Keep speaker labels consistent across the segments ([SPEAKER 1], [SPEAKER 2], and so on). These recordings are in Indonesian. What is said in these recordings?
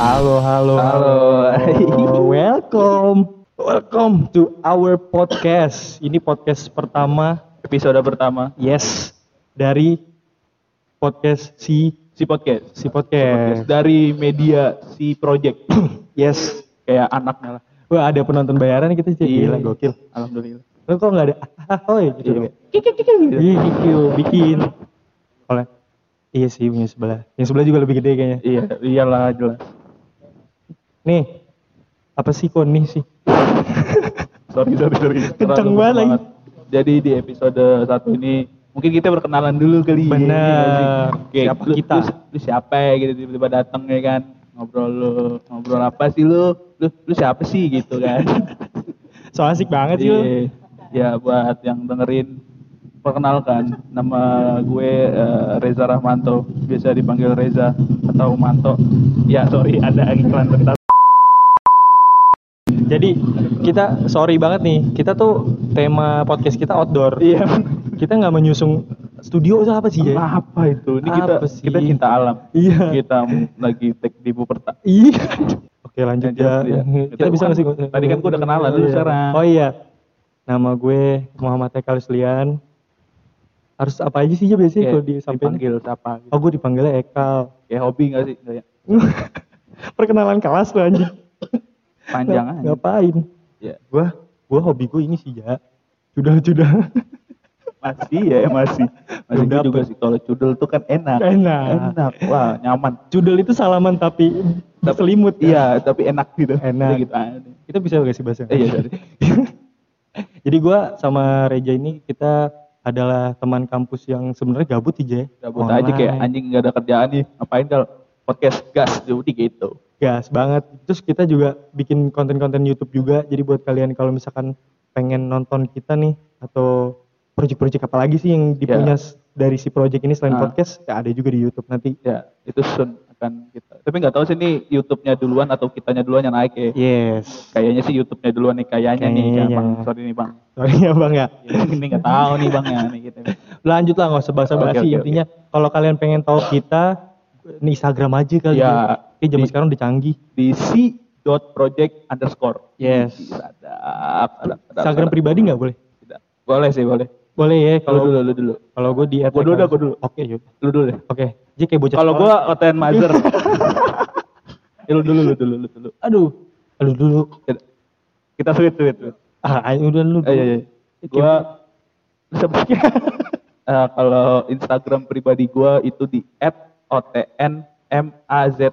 [SPEAKER 1] Halo, halo, halo. Welcome, welcome to our podcast. Ini podcast pertama,
[SPEAKER 2] episode pertama
[SPEAKER 1] yes, dari podcast si
[SPEAKER 2] si podcast
[SPEAKER 1] si podcast.
[SPEAKER 2] dari media si project
[SPEAKER 1] Yes.
[SPEAKER 2] kayak anaknya lah
[SPEAKER 1] Wah ada penonton bayaran kita jadi gila gokil.
[SPEAKER 2] alhamdulillah
[SPEAKER 1] Lo kok nggak ada? Oh gitu.
[SPEAKER 2] Iya.
[SPEAKER 1] Iya, gitu, bikin. Oleh. Iya sih punya sebelah. Yang sebelah juga lebih gede kayaknya.
[SPEAKER 2] iya iyalah jelas
[SPEAKER 1] Nih, apa sih koni sih?
[SPEAKER 2] sorry sorry sorry
[SPEAKER 1] Kenceng
[SPEAKER 2] Terlalu
[SPEAKER 1] banget lagi.
[SPEAKER 2] jadi di episode satu ini mungkin kita berkenalan dulu kali
[SPEAKER 1] Bener.
[SPEAKER 2] Iya nggak sih? Kayak
[SPEAKER 1] Siapa kita?
[SPEAKER 2] lu, lu siapa ya gitu tiba-tiba datang ya kan ngobrol lu ngobrol apa sih lu lu, lu siapa sih gitu kan
[SPEAKER 1] So asik banget sih lo.
[SPEAKER 2] Iya. ya buat yang dengerin perkenalkan nama gue eh, Reza Rahmanto biasa dipanggil Reza atau Manto ya sorry ada iklan bentar
[SPEAKER 1] Jadi kita sorry banget nih, kita tuh tema podcast kita outdoor.
[SPEAKER 2] iya
[SPEAKER 1] Kita nggak menyusung studio itu apa sih ya?
[SPEAKER 2] apa itu ini kita
[SPEAKER 1] Apa sih?
[SPEAKER 2] kita cinta alam
[SPEAKER 1] Iya.
[SPEAKER 2] kita lagi take di Buperta
[SPEAKER 1] Iya. Oke lanjut ya.
[SPEAKER 2] Iya.
[SPEAKER 1] Kita bisa ngasih.
[SPEAKER 2] Tadi kan gua udah kenalan, lu
[SPEAKER 1] Iya.
[SPEAKER 2] sekarang.
[SPEAKER 1] Oh iya. Nama gue Muhammad Eka Lislian. Harus apa aja sih ya biasanya kalau disampaikan?
[SPEAKER 2] dipanggil siapa gitu.
[SPEAKER 1] Oh gue dipanggilnya Ekal.
[SPEAKER 2] kayak hobi gak sih Nggak ya?
[SPEAKER 1] Perkenalan kelas lu anjing.
[SPEAKER 2] panjang
[SPEAKER 1] Ngap-
[SPEAKER 2] aja
[SPEAKER 1] Ngapain?
[SPEAKER 2] ya.
[SPEAKER 1] Gua gua hobi gue ini sih ya. Sudah sudah.
[SPEAKER 2] masih ya masih masih
[SPEAKER 1] Belum
[SPEAKER 2] gua juga
[SPEAKER 1] dapet.
[SPEAKER 2] sih kalau cudel tuh kan enak
[SPEAKER 1] Enak.
[SPEAKER 2] enak wah nyaman
[SPEAKER 1] Judul itu salaman tapi
[SPEAKER 2] Tapi-
[SPEAKER 1] selimut.
[SPEAKER 2] Iya, tapi enak gitu.
[SPEAKER 1] ya? Enak.
[SPEAKER 2] Gitu aneh.
[SPEAKER 1] Kita bisa gak sih bahasa?
[SPEAKER 2] Eh, Iya, sorry.
[SPEAKER 1] Jadi gua sama Reja ini kita adalah teman kampus yang sebenarnya gabut aja.
[SPEAKER 2] Gabut aja kayak anjing nggak ada kerjaan nih. Ngapain kalau podcast gas jadi gitu.
[SPEAKER 1] gas banget. Terus kita juga bikin konten-konten YouTube juga. Jadi buat kalian kalau misalkan pengen nonton kita nih atau project-project apa lagi sih yang dipunya s- dari si project ini selain
[SPEAKER 2] Iya. Ah.
[SPEAKER 1] podcast, ya ada juga di YouTube nanti.
[SPEAKER 2] Ya, itu soon akan kita. Tapi nggak tahu sih ini YouTube-nya duluan atau kitanya duluan yang naik ya.
[SPEAKER 1] Yes.
[SPEAKER 2] Kayaknya sih YouTube-nya duluan nih kayaknya nih, ya,
[SPEAKER 1] Iya. Kayaknya.
[SPEAKER 2] Bang. Sorry nih, Bang.
[SPEAKER 1] Sorry ya Bang ya.
[SPEAKER 2] ini nggak tahu nih, Bang ya nih gitu.
[SPEAKER 1] Lanjut lah nggak usah basa-basi.
[SPEAKER 2] Oke, oke,
[SPEAKER 1] Intinya kalau kalian pengen tahu kita ini Instagram aja kali
[SPEAKER 2] Ya.
[SPEAKER 1] ya. Eh zaman
[SPEAKER 2] Di-
[SPEAKER 1] sekarang udah canggih.
[SPEAKER 2] Di c.project underscore.
[SPEAKER 1] Yes.
[SPEAKER 2] Sadap, sadap, sadap,
[SPEAKER 1] Iya. Instagram
[SPEAKER 2] sadap.
[SPEAKER 1] pribadi nggak boleh?
[SPEAKER 2] Tidak. Boleh sih, boleh.
[SPEAKER 1] Boleh ya
[SPEAKER 2] Lu
[SPEAKER 1] kalau
[SPEAKER 2] dulu, lu dulu.
[SPEAKER 1] kalau gue di
[SPEAKER 2] Gua dulu dah, gua dulu.
[SPEAKER 1] Oke yuk.
[SPEAKER 2] Lu dulu deh.
[SPEAKER 1] Oke. Jadi kayak bocah
[SPEAKER 2] Kalau
[SPEAKER 1] sekolah.
[SPEAKER 2] gua OTN Mazer. Eh, lu dulu, lu dulu, lu dulu.
[SPEAKER 1] aduh. Aduh dulu.
[SPEAKER 2] Kita sweet, sweet. sweet.
[SPEAKER 1] Ah, ayo udah lu.
[SPEAKER 2] Eh, iya, iya. Gua
[SPEAKER 1] ya?
[SPEAKER 2] sebenarnya eh, kalau Instagram pribadi gua itu di @otnmazer.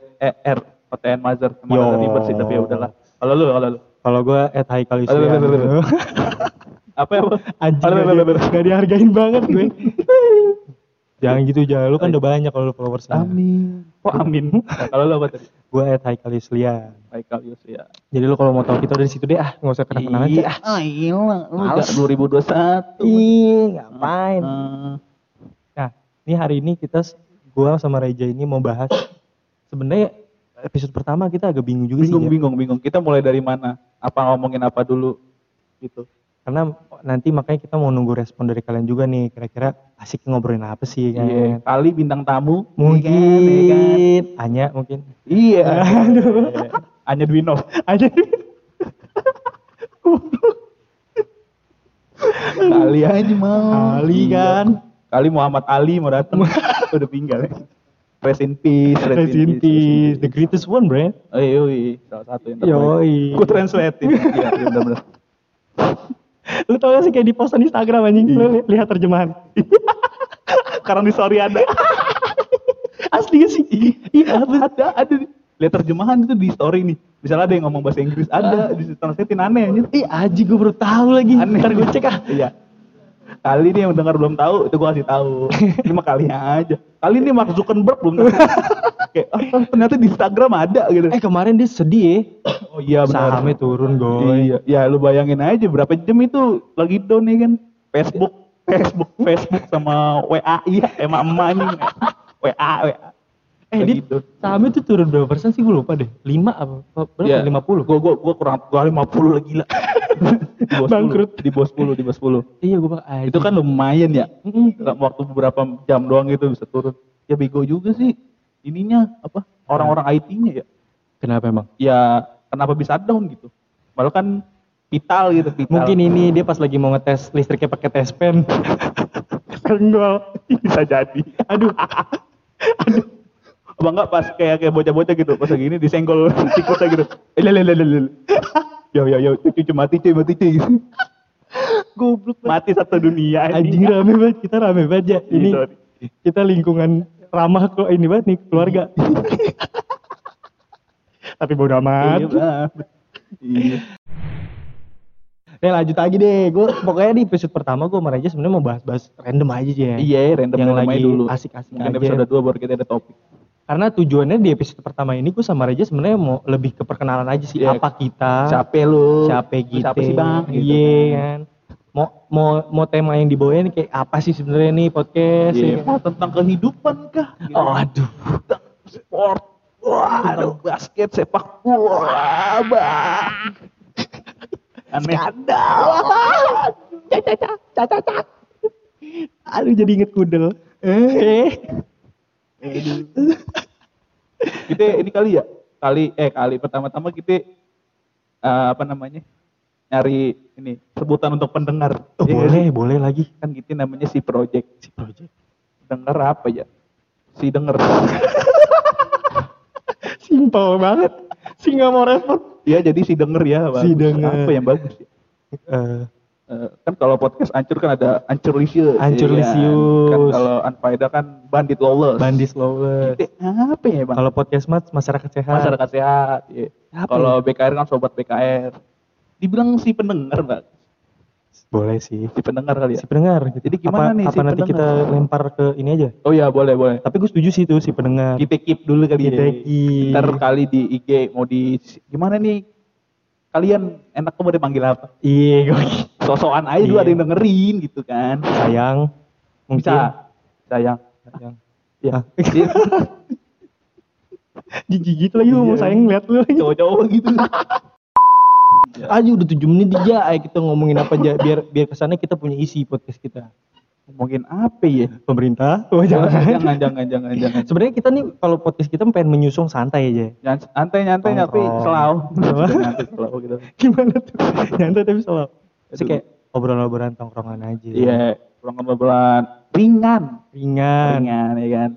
[SPEAKER 2] OTN Mazer. Emang
[SPEAKER 1] Yo.
[SPEAKER 2] ada ribet sih, tapi ya udahlah. Kalau lu, kalau lu.
[SPEAKER 1] Kalau gue at high kali
[SPEAKER 2] Aduh, aduh, aduh, aduh. Apa ya? apa?
[SPEAKER 1] Anjing
[SPEAKER 2] Aduh, aduh,
[SPEAKER 1] gak,
[SPEAKER 2] aduh,
[SPEAKER 1] di-
[SPEAKER 2] aduh.
[SPEAKER 1] gak dihargain banget gue. jangan gitu jangan. Lu kan udah banyak kalau lu followers.
[SPEAKER 2] Amin. Oh, amin. Nah, kalau lu apa tadi?
[SPEAKER 1] Gue at high kali Slian.
[SPEAKER 2] Michael Yusya.
[SPEAKER 1] Jadi lu kalau mau tahu kita dari situ deh ah nggak usah kenal kenalan.
[SPEAKER 2] Iya, ah, iya.
[SPEAKER 1] Males. Iya.
[SPEAKER 2] 2021.
[SPEAKER 1] Ih, ngapain?
[SPEAKER 2] Eh,
[SPEAKER 1] Nah, ini hari ini kita s- gua sama Reja ini mau bahas sebenarnya episode pertama kita agak bingung juga
[SPEAKER 2] bingung
[SPEAKER 1] sih. ya.
[SPEAKER 2] bingung bingung kita mulai dari mana apa ngomongin apa dulu gitu
[SPEAKER 1] Karena nanti makanya kita mau nunggu respon dari kalian juga nih kira-kira asik ngobrolin apa sih kan.
[SPEAKER 2] iya kali bintang tamu
[SPEAKER 1] Mungkin
[SPEAKER 2] Iya kan, iya kan?
[SPEAKER 1] Anya mungkin.
[SPEAKER 2] iya Anya Dwinov
[SPEAKER 1] Aja
[SPEAKER 2] kali aja mau
[SPEAKER 1] kali
[SPEAKER 2] Iya.
[SPEAKER 1] kan.
[SPEAKER 2] kali Muhammad Ali mau datang udah tinggal ya. rest in peace
[SPEAKER 1] Rest in peace, the greatest one, bre.
[SPEAKER 2] oh iya iya salah satu yang
[SPEAKER 1] Yoi.
[SPEAKER 2] aku translate iya iya benar-benar
[SPEAKER 1] Lu tau gak sih kayak di postan Instagram anjing, lu
[SPEAKER 2] Iya.
[SPEAKER 1] li- lihat terjemahan.
[SPEAKER 2] karena di story ada
[SPEAKER 1] Asli gak sih?
[SPEAKER 2] iya ada ada lihat terjemahan itu di story nih misalnya ada yang ngomong bahasa Inggris ada di translatein aneh anjir
[SPEAKER 1] Ih, aji gue baru tahu lagi.
[SPEAKER 2] Aneh.
[SPEAKER 1] Ntar gue cek ah.
[SPEAKER 2] Iya. Kali ini yang dengar belum tahu, itu gua kasih tahu. Ini mah kali aja. Kali ini Mark Zuckerberg belum tahu. Kayak, ah, ternyata di Instagram ada gitu.
[SPEAKER 1] Eh kemarin dia sedih ya.
[SPEAKER 2] Oh iya benar.
[SPEAKER 1] Sahamnya turun goy.
[SPEAKER 2] Iya, ya lu bayangin aja berapa jam itu lagi down ya kan. Facebook, Facebook, Facebook sama WA iya emak emaknya WA, WA.
[SPEAKER 1] Eh,
[SPEAKER 2] Lagi
[SPEAKER 1] Dit,
[SPEAKER 2] down.
[SPEAKER 1] sahamnya tuh turun berapa persen sih gue lupa deh. 5 apa?
[SPEAKER 2] Iya.
[SPEAKER 1] Berapa? 50?
[SPEAKER 2] Gua gua gua kurang gua 50 lah gila. di bawah 10,
[SPEAKER 1] Bangkrut.
[SPEAKER 2] Di bawah 10, di bawah 10.
[SPEAKER 1] Iya, gue bang.
[SPEAKER 2] Itu kan lumayan ya. waktu beberapa jam doang gitu bisa turun. Ya bego juga sih ininya apa orang-orang IT-nya ya.
[SPEAKER 1] Kenapa emang?
[SPEAKER 2] ya kenapa bisa down gitu malah kan vital gitu vital
[SPEAKER 1] Mungkin ini dia pas lagi mau ngetes listriknya pakai tes pen.
[SPEAKER 2] senggol bisa jadi aduh aduh apa enggak pas kayak kayak bocah-bocah gitu pas lagi ini disenggol tikusnya gitu lel lel lel lel yo yo yo cuy cuy mati cuy mati cuy
[SPEAKER 1] Goblok banget.
[SPEAKER 2] mati satu dunia
[SPEAKER 1] Anjing
[SPEAKER 2] ini
[SPEAKER 1] rame banget, kita rame banget ya.
[SPEAKER 2] Iya,
[SPEAKER 1] Ini
[SPEAKER 2] sorry.
[SPEAKER 1] kita lingkungan ramah kok ini banget nih keluarga. Tapi bodo amat.
[SPEAKER 2] Iya, Bang. Iya.
[SPEAKER 1] Nih Eh, lanjut lagi deh. Gue pokoknya di episode pertama gue sama Reza sebenarnya mau bahas-bahas random aja sih ya.
[SPEAKER 2] iya random
[SPEAKER 1] Yang
[SPEAKER 2] random aja
[SPEAKER 1] lagi
[SPEAKER 2] dulu
[SPEAKER 1] asik-asik
[SPEAKER 2] Mungkin
[SPEAKER 1] aja.
[SPEAKER 2] episode 2 baru kita ada topik
[SPEAKER 1] Karena tujuannya di episode pertama ini gue sama Reza sebenarnya mau lebih ke perkenalan aja sih
[SPEAKER 2] Iya.
[SPEAKER 1] apa kita,
[SPEAKER 2] capek lu
[SPEAKER 1] siapa Ah, gitu.
[SPEAKER 2] siapa sih bang
[SPEAKER 1] Iya kan. Mau mau mau tema yang dibawain kayak apa sih sebenarnya nih podcast?
[SPEAKER 2] Iya,
[SPEAKER 1] ya kan?
[SPEAKER 2] mau tentang kehidupan kah Gitu.
[SPEAKER 1] Oh, aduh.
[SPEAKER 2] sport waduh basket sepak bola bang aneh skandal
[SPEAKER 1] Aduh jadi inget kudel. Eh.
[SPEAKER 2] kita ini kali ya kali eh kali pertama-tama kita eh, apa namanya nyari ini sebutan untuk pendengar
[SPEAKER 1] Oh,
[SPEAKER 2] Iya
[SPEAKER 1] boleh,
[SPEAKER 2] kan?
[SPEAKER 1] boleh lagi.
[SPEAKER 2] kan kita namanya si project si
[SPEAKER 1] Project.
[SPEAKER 2] denger apa ya si denger
[SPEAKER 1] Simple banget. Si nggak mau repot.
[SPEAKER 2] ya jadi si denger ya bagus.
[SPEAKER 1] denger.
[SPEAKER 2] apa yang bagus ya?
[SPEAKER 1] Eh,
[SPEAKER 2] Eh, kan kalau podcast ancur kan ada ancur lisius
[SPEAKER 1] Ancur
[SPEAKER 2] iya kan? kan
[SPEAKER 1] Lisius.
[SPEAKER 2] kalau unfaida kan bandit lawless
[SPEAKER 1] Bandis Lawless.
[SPEAKER 2] Kita apa ya bang
[SPEAKER 1] eh, Kalau podcast mas masyarakat sehat.
[SPEAKER 2] masyarakat sehat. iya.
[SPEAKER 1] Apa ya?
[SPEAKER 2] Kalau BKR kan sobat BKR. Dibilang si pendengar, Bang.
[SPEAKER 1] Boleh sih.
[SPEAKER 2] Si pendengar kali ya.
[SPEAKER 1] Si pendengar.
[SPEAKER 2] Jadi gimana
[SPEAKER 1] apa,
[SPEAKER 2] nih si
[SPEAKER 1] apa nanti kita
[SPEAKER 2] pendengar?
[SPEAKER 1] lempar ke ini aja?
[SPEAKER 2] Oh iya, boleh, boleh.
[SPEAKER 1] Tapi gue setuju sih itu si pendengar.
[SPEAKER 2] Kita keep dulu kali
[SPEAKER 1] Kita
[SPEAKER 2] ya.
[SPEAKER 1] keep.
[SPEAKER 2] Ntar kali di IG mau di gimana nih? Kalian enak mau dipanggil apa?
[SPEAKER 1] Iya, gue
[SPEAKER 2] Sosokan aja
[SPEAKER 1] Iya.
[SPEAKER 2] dulu ada yang dengerin gitu kan.
[SPEAKER 1] sayang. Mungkin.
[SPEAKER 2] Bisa. Sayang.
[SPEAKER 1] Sayang.
[SPEAKER 2] Ya.
[SPEAKER 1] Ah. Digigit gitu lagi
[SPEAKER 2] Iya.
[SPEAKER 1] mau sayang lihat lu lagi.
[SPEAKER 2] Cowok-cowok gitu.
[SPEAKER 1] Ya. Aja udah 7 menit aja. Ayo kita ngomongin apa aja biar biar kesannya kita punya isi podcast kita.
[SPEAKER 2] Mungkin apa ya?
[SPEAKER 1] Pemerintah. Oh, jangan.
[SPEAKER 2] jangan, jangan, jangan, jangan.
[SPEAKER 1] Sebenarnya kita nih kalau podcast kita pengen menyusung santai aja.
[SPEAKER 2] Jangan santai nyantai tapi
[SPEAKER 1] Nongkrong.
[SPEAKER 2] selau.
[SPEAKER 1] Selau.
[SPEAKER 2] Nyantai selau gitu.
[SPEAKER 1] Gimana tuh? Nyantai tapi selalu. Terus
[SPEAKER 2] Aduh.
[SPEAKER 1] kayak obrolan-obrolan tongkrongan aja.
[SPEAKER 2] Iya, pulang ke obrolan ringan.
[SPEAKER 1] Ringan.
[SPEAKER 2] ringan ya kan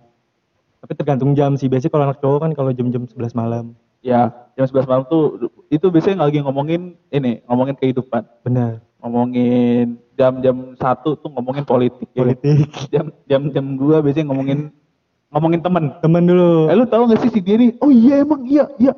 [SPEAKER 1] Tapi tergantung jam sih. Biasanya kalau anak cowok kan kalau jam-jam 11 malam.
[SPEAKER 2] ya jam 11 malam tuh itu biasanya nggak lagi ngomongin ini ngomongin kehidupan
[SPEAKER 1] Benar.
[SPEAKER 2] ngomongin jam-jam satu tuh ngomongin politik, ya.
[SPEAKER 1] Politik.
[SPEAKER 2] jam jam jam dua biasanya ngomongin ngomongin temen
[SPEAKER 1] Temen dulu.
[SPEAKER 2] eh lu tau gak sih si dia nih oh iya emang iya iya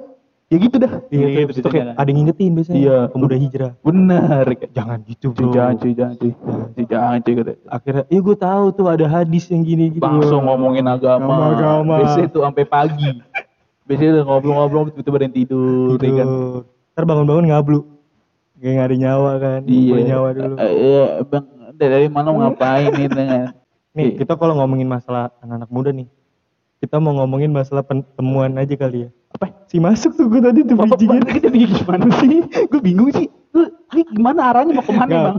[SPEAKER 2] ya gitu dah
[SPEAKER 1] Iya,
[SPEAKER 2] Iya,
[SPEAKER 1] terus
[SPEAKER 2] gitu
[SPEAKER 1] tuh kayak
[SPEAKER 2] biasanya.
[SPEAKER 1] ada yang ngingetin biasanya.
[SPEAKER 2] Iya.
[SPEAKER 1] Pemuda hijrah.
[SPEAKER 2] bener kayak,
[SPEAKER 1] Jangan gitu
[SPEAKER 2] cuy
[SPEAKER 1] bro.
[SPEAKER 2] jangan cuy jangan cuy cuy jangan cuy gitu
[SPEAKER 1] Akhirnya, ya gue tahu tuh ada hadis yang gini gitu.
[SPEAKER 2] langsung ngomongin agama
[SPEAKER 1] Agama.
[SPEAKER 2] biasanya tuh sampai pagi biasanya udah ngobrol-ngobrol tiba-tiba ada yang tidur, ya kan
[SPEAKER 1] Tidur. Ntar bangun-bangun ngablu. Kayak nggak ada nyawa kan.
[SPEAKER 2] Iya.
[SPEAKER 1] Ngumpulin nyawa dulu.
[SPEAKER 2] Eh, Iya, bang. Dari mana mau ngapain nih dengan?
[SPEAKER 1] Nih, kita kalau ngomongin masalah anak-anak muda nih. Kita mau ngomongin masalah pertemuan aja kali ya.
[SPEAKER 2] apa?
[SPEAKER 1] Si masuk tuh gue tadi tuh
[SPEAKER 2] Bapak
[SPEAKER 1] bridging-nya.
[SPEAKER 2] kita jadi gimana sih? Gue bingung sih. Lu ini gimana arahnya mau kemana
[SPEAKER 1] Nggak.
[SPEAKER 2] bang?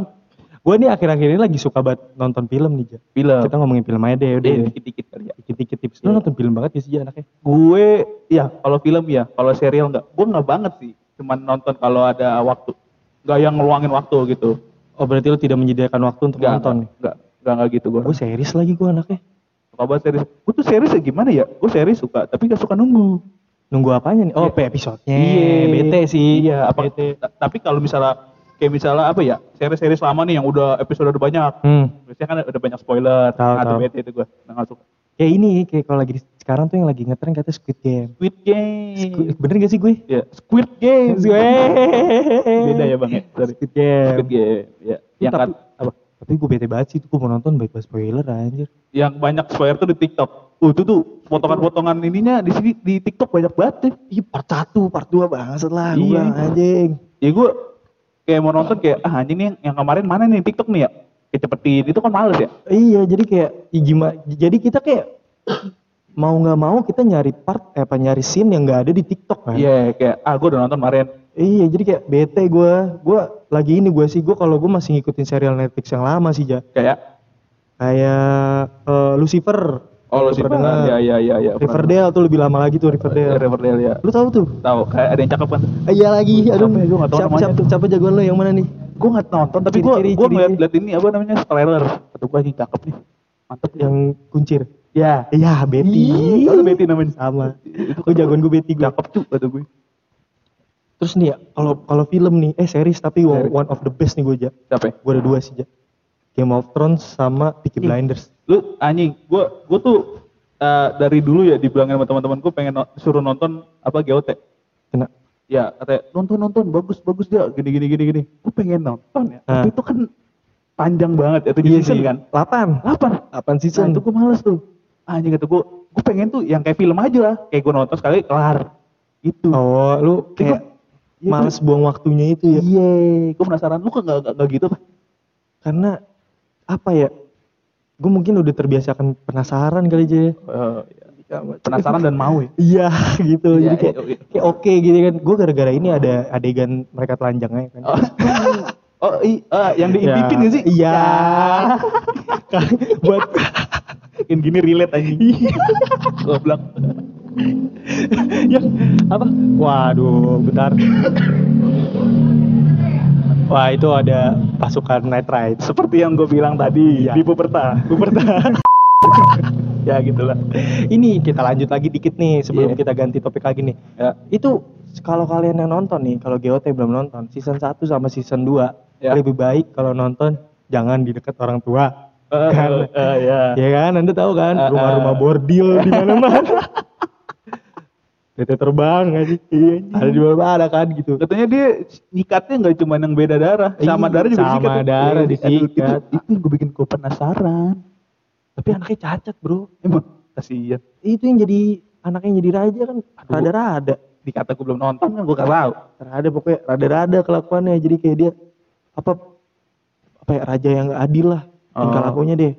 [SPEAKER 1] Gue nih akhir-akhir ini lagi suka banget nonton film nih, Ja.
[SPEAKER 2] Film.
[SPEAKER 1] Kita ngomongin film aja deh, udah.
[SPEAKER 2] Eh,
[SPEAKER 1] deh.
[SPEAKER 2] dikit-dikit kali ya.
[SPEAKER 1] Dikit-dikit tips. Lu
[SPEAKER 2] Iya.
[SPEAKER 1] nonton film banget ya sih Ja, anaknya?
[SPEAKER 2] Gue, ya kalau film ya, kalau serial enggak. Gue enggak banget sih. Cuman nonton kalau ada waktu. Enggak yang ngeluangin waktu gitu.
[SPEAKER 1] Oh, berarti lu tidak menyediakan waktu untuk
[SPEAKER 2] Enggak,
[SPEAKER 1] nonton. nih.
[SPEAKER 2] enggak, enggak, enggak gitu gue.
[SPEAKER 1] Gue series lagi gue anaknya.
[SPEAKER 2] Suka banget series. Gue tuh series ya gimana ya? Gue series suka, tapi gak suka nunggu.
[SPEAKER 1] Nunggu apanya nih? Oh,
[SPEAKER 2] Iya.
[SPEAKER 1] pe episode-nya.
[SPEAKER 2] Iya,
[SPEAKER 1] bete sih.
[SPEAKER 2] Iya, apa
[SPEAKER 1] bete.
[SPEAKER 2] ta- Tapi kalau misalnya kayak misalnya apa ya? Seri-seri selama nih yang udah episode udah banyak.
[SPEAKER 1] Hmm.
[SPEAKER 2] Biasanya kan udah banyak spoiler.
[SPEAKER 1] Tahu,
[SPEAKER 2] Nah, itu
[SPEAKER 1] tahu.
[SPEAKER 2] bete itu gua. Nah, nggak suka.
[SPEAKER 1] Kayak Ya ini, kayak kalau lagi sekarang tuh yang lagi ngetren katanya Squid Game.
[SPEAKER 2] Squid Game.
[SPEAKER 1] Squid- Bener gak sih gue?
[SPEAKER 2] Ya, Squid Game. Beda
[SPEAKER 1] Beda
[SPEAKER 2] ya, Bang ya? Sorry.
[SPEAKER 1] Squid Game.
[SPEAKER 2] Squid Game. Ya, yang
[SPEAKER 1] tapi-
[SPEAKER 2] kan- apa?
[SPEAKER 1] Tapi gue bete banget sih, tuh gue mau nonton baik spoiler anjir.
[SPEAKER 2] Yang banyak spoiler tuh di TikTok. Uh, itu tuh potongan-potongan ininya di sini di TikTok banyak banget. ya.
[SPEAKER 1] Ih, part 1, part 2 banget lah.
[SPEAKER 2] Iya.
[SPEAKER 1] Iya. anjing.
[SPEAKER 2] Ya gua kayak mau nonton kayak ah anjing nih yang, yang kemarin mana nih TikTok nih ya? Kecepetin itu kan males ya.
[SPEAKER 1] Iya, jadi kayak ih, gimana? Jadi kita kayak mau nggak mau kita nyari part eh, apa nyari scene yang nggak ada di TikTok kan?
[SPEAKER 2] Iya, kayak ah gua udah nonton kemarin.
[SPEAKER 1] Iya, jadi kayak bete gue. Gue lagi ini gue sih gue kalau gue masih ngikutin serial Netflix yang lama sih ja.
[SPEAKER 2] Kayak
[SPEAKER 1] Kayak eh, Lucifer.
[SPEAKER 2] Oh, lo sih
[SPEAKER 1] Pernah
[SPEAKER 2] pernah.
[SPEAKER 1] dengar.
[SPEAKER 2] Ya, ya, ya, ya. pernah.
[SPEAKER 1] Riverdale tuh lebih lama lagi tuh Riverdale.
[SPEAKER 2] Riverdale ya.
[SPEAKER 1] Lu tahu tuh?
[SPEAKER 2] Tahu kayak ada yang cakep kan?
[SPEAKER 1] Ah, Iya lagi, aduh.
[SPEAKER 2] Apa ya, gua nggak tahu
[SPEAKER 1] Siapa
[SPEAKER 2] namanya.
[SPEAKER 1] siapa siapa jagoan lu yang mana nih?
[SPEAKER 2] Gue nggak nonton, tapi gue
[SPEAKER 1] Ciri-ciri,
[SPEAKER 2] gue ngeliat
[SPEAKER 1] ciri-ciri.
[SPEAKER 2] liat ini apa namanya trailer. Kata gue ini cakep nih, mantep nih.
[SPEAKER 1] Yang kuncir.
[SPEAKER 2] Ya,
[SPEAKER 1] Iya, Betty.
[SPEAKER 2] Ih, tahu Betty namanya.
[SPEAKER 1] Sama.
[SPEAKER 2] Itu
[SPEAKER 1] Gue jagoan gue Betty gue.
[SPEAKER 2] cakep tuh kata gue.
[SPEAKER 1] Terus nih ya, kalau kalau film nih, eh series tapi one,
[SPEAKER 2] Series.
[SPEAKER 1] one of the best nih gue ja.
[SPEAKER 2] Siapa? ya?
[SPEAKER 1] Gue ada dua sih ja. Game of Thrones sama Peaky
[SPEAKER 2] Ih.
[SPEAKER 1] Blinders.
[SPEAKER 2] Lu anjing, gue gue tuh eh, dari dulu ya dibilangin sama teman-teman gue pengen no- suruh nonton apa GOT.
[SPEAKER 1] Kena.
[SPEAKER 2] Ya, katanya nonton nonton bagus bagus dia gini gini gini gini. Gue pengen nonton ya.
[SPEAKER 1] Ah.
[SPEAKER 2] Tapi itu kan panjang banget ya
[SPEAKER 1] Iya,
[SPEAKER 2] tujuh season kan.
[SPEAKER 1] Lapan.
[SPEAKER 2] Lapan.
[SPEAKER 1] Lapan
[SPEAKER 2] Nah,
[SPEAKER 1] season.
[SPEAKER 2] itu gue males tuh. Anjing kata gue, gue pengen tuh yang kayak film aja lah. Kayak gue nonton sekali kelar. Gitu.
[SPEAKER 1] Oh, lu
[SPEAKER 2] Itu-
[SPEAKER 1] kayak males buang waktunya itu ya.
[SPEAKER 2] Iya, gue penasaran lu kok gak, gak, gak gitu kan?
[SPEAKER 1] Karena apa ya? Gue mungkin udah terbiasa akan penasaran kali Ya. aja.
[SPEAKER 2] penasaran dan mau ya.
[SPEAKER 1] Iya gitu.
[SPEAKER 2] Iya,
[SPEAKER 1] Jadi kayak,
[SPEAKER 2] iya, iya.
[SPEAKER 1] kayak oke gitu kan. Gue gara-gara ini ada adegan mereka telanjangnya kan.
[SPEAKER 2] Oh, oh, i- eh, yang diimpipin gak sih?
[SPEAKER 1] Iya. Buat
[SPEAKER 2] Yang gini relate anjing.
[SPEAKER 1] Iya.
[SPEAKER 2] Goblok. yang apa?
[SPEAKER 1] Waduh, bentar. Wah, itu ada pasukan night ride.
[SPEAKER 2] Seperti yang gue bilang tadi
[SPEAKER 1] Iya.
[SPEAKER 2] di Puperta. Puperta. ya gitulah.
[SPEAKER 1] Ini kita lanjut lagi dikit nih sebelum
[SPEAKER 2] Iya.
[SPEAKER 1] kita ganti topik lagi nih.
[SPEAKER 2] Ya.
[SPEAKER 1] Itu kalau kalian yang nonton nih, kalau GOT belum nonton, season 1 sama season 2
[SPEAKER 2] Ya.
[SPEAKER 1] lebih baik kalau nonton jangan di dekat orang tua.
[SPEAKER 2] Eh,
[SPEAKER 1] Kan.
[SPEAKER 2] eh, ya.
[SPEAKER 1] Ya kan, Anda tahu kan,
[SPEAKER 2] Ah, ah.
[SPEAKER 1] rumah-rumah bordil di mana-mana. Tete terbang kan
[SPEAKER 2] Iya,
[SPEAKER 1] Ada di mana ada kan gitu.
[SPEAKER 2] Katanya dia nyikatnya nggak cuma yang beda darah,
[SPEAKER 1] Iya,
[SPEAKER 2] sama darah juga
[SPEAKER 1] sama
[SPEAKER 2] disikat. tuh.
[SPEAKER 1] darah
[SPEAKER 2] Iya,
[SPEAKER 1] disikat.
[SPEAKER 2] aduh, Itu, itu yang gue bikin gue penasaran.
[SPEAKER 1] Tapi anaknya cacat, Bro.
[SPEAKER 2] Emang kasihan.
[SPEAKER 1] Itu yang jadi anaknya yang jadi raja kan rada-rada.
[SPEAKER 2] Dikata gue belum nonton kan gue gak tahu.
[SPEAKER 1] Rada pokoknya rada-rada kelakuannya jadi kayak dia apa apa ya raja yang gak adil lah tingkah
[SPEAKER 2] Oh.
[SPEAKER 1] lakunya deh.